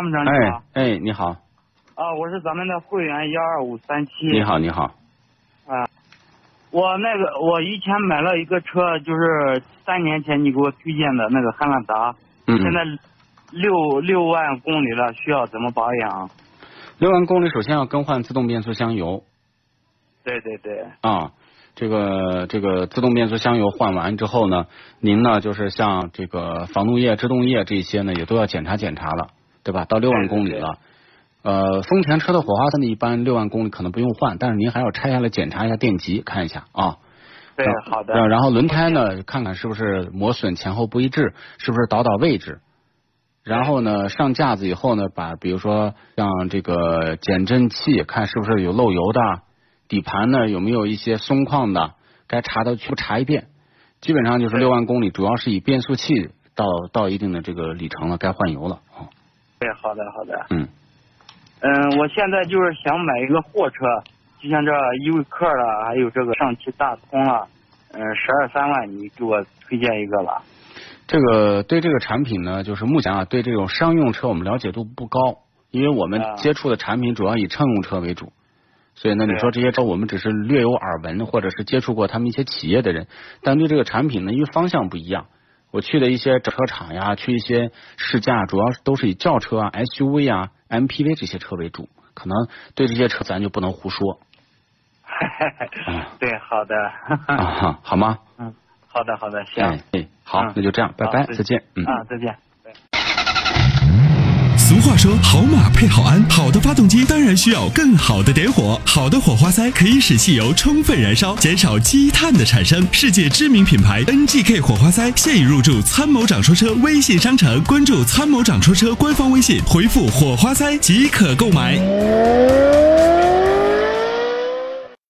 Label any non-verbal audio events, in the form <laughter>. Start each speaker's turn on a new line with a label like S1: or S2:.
S1: 参谋长你好
S2: 哎，哎，你好，
S1: 啊，我是咱们的会员幺二五三七。
S2: 哎你好，你好，
S1: 啊，我那个我以前买了一个车，就是三年前你给我推荐的那个汉兰达，
S2: 嗯，
S1: 现在六六万公里了，需要怎么保养？
S2: 六万公里，首先要更换自动变速箱油
S1: 对对对，
S2: 啊。这个这个自动变速箱油换完之后呢，您呢就是像这个防冻液、制动液这些呢，也都要检查检查了，对吧？到六万公里了，呃，丰田车的火花塞呢，一般六万公里可能不用换，但是您还要拆下来检查一下电极，看一下啊。
S1: 对
S2: 然，
S1: 好的，
S2: 呃然后轮胎呢，看看是不是磨损前后不一致，是不是倒倒位置。然后呢，上架子以后呢，把比如说像这个减震器，看是不是有漏油的，底盘呢有没有一些松旷的，该查的全部查一遍。基本上就是
S1: 对
S2: 六万公里，主要是以变速器到到一定的这个里程了，该换油了。哦
S1: 对，好的好的。
S2: 嗯，
S1: 嗯，我现在就是想买一个货车，就像这依维柯了，还有这个上汽大通了，嗯，十二三万，你给我推荐一个吧。 <laughs>
S2: 这个对这个产品呢，就是目前啊，对这种商用车我们了解度不高，因为我们
S1: 啊
S2: 接触的产品主要以乘用车为主，所以呢，
S1: 对
S2: 你说这些车我们只是略有耳闻，或者是接触过他们一些企业的人，但对这个产品呢，因为方向不一样，我去的一些车厂呀，去一些试驾，主要是都是以轿车啊、SUV 啊、MPV 这些车为主，可能对这些车咱就不能胡说嗯
S1: 对，好的， <laughs>
S2: 啊，好吗？
S1: 嗯，好的，好的，行，
S2: 哎，哎好
S1: 嗯，
S2: 那就这样，拜
S1: 好
S2: 拜，
S1: 再
S2: 再见，嗯。
S1: 啊，再见。
S3: 俗话说，好马配好鞍，好的发动机当然需要更好的点火。好的火花塞可以使汽油充分燃烧，减少积碳的产生。世界知名品牌 NGK 火花塞现已入驻参谋长说车微信商城，关注参谋长说车官方微信，回复火花塞即可购买。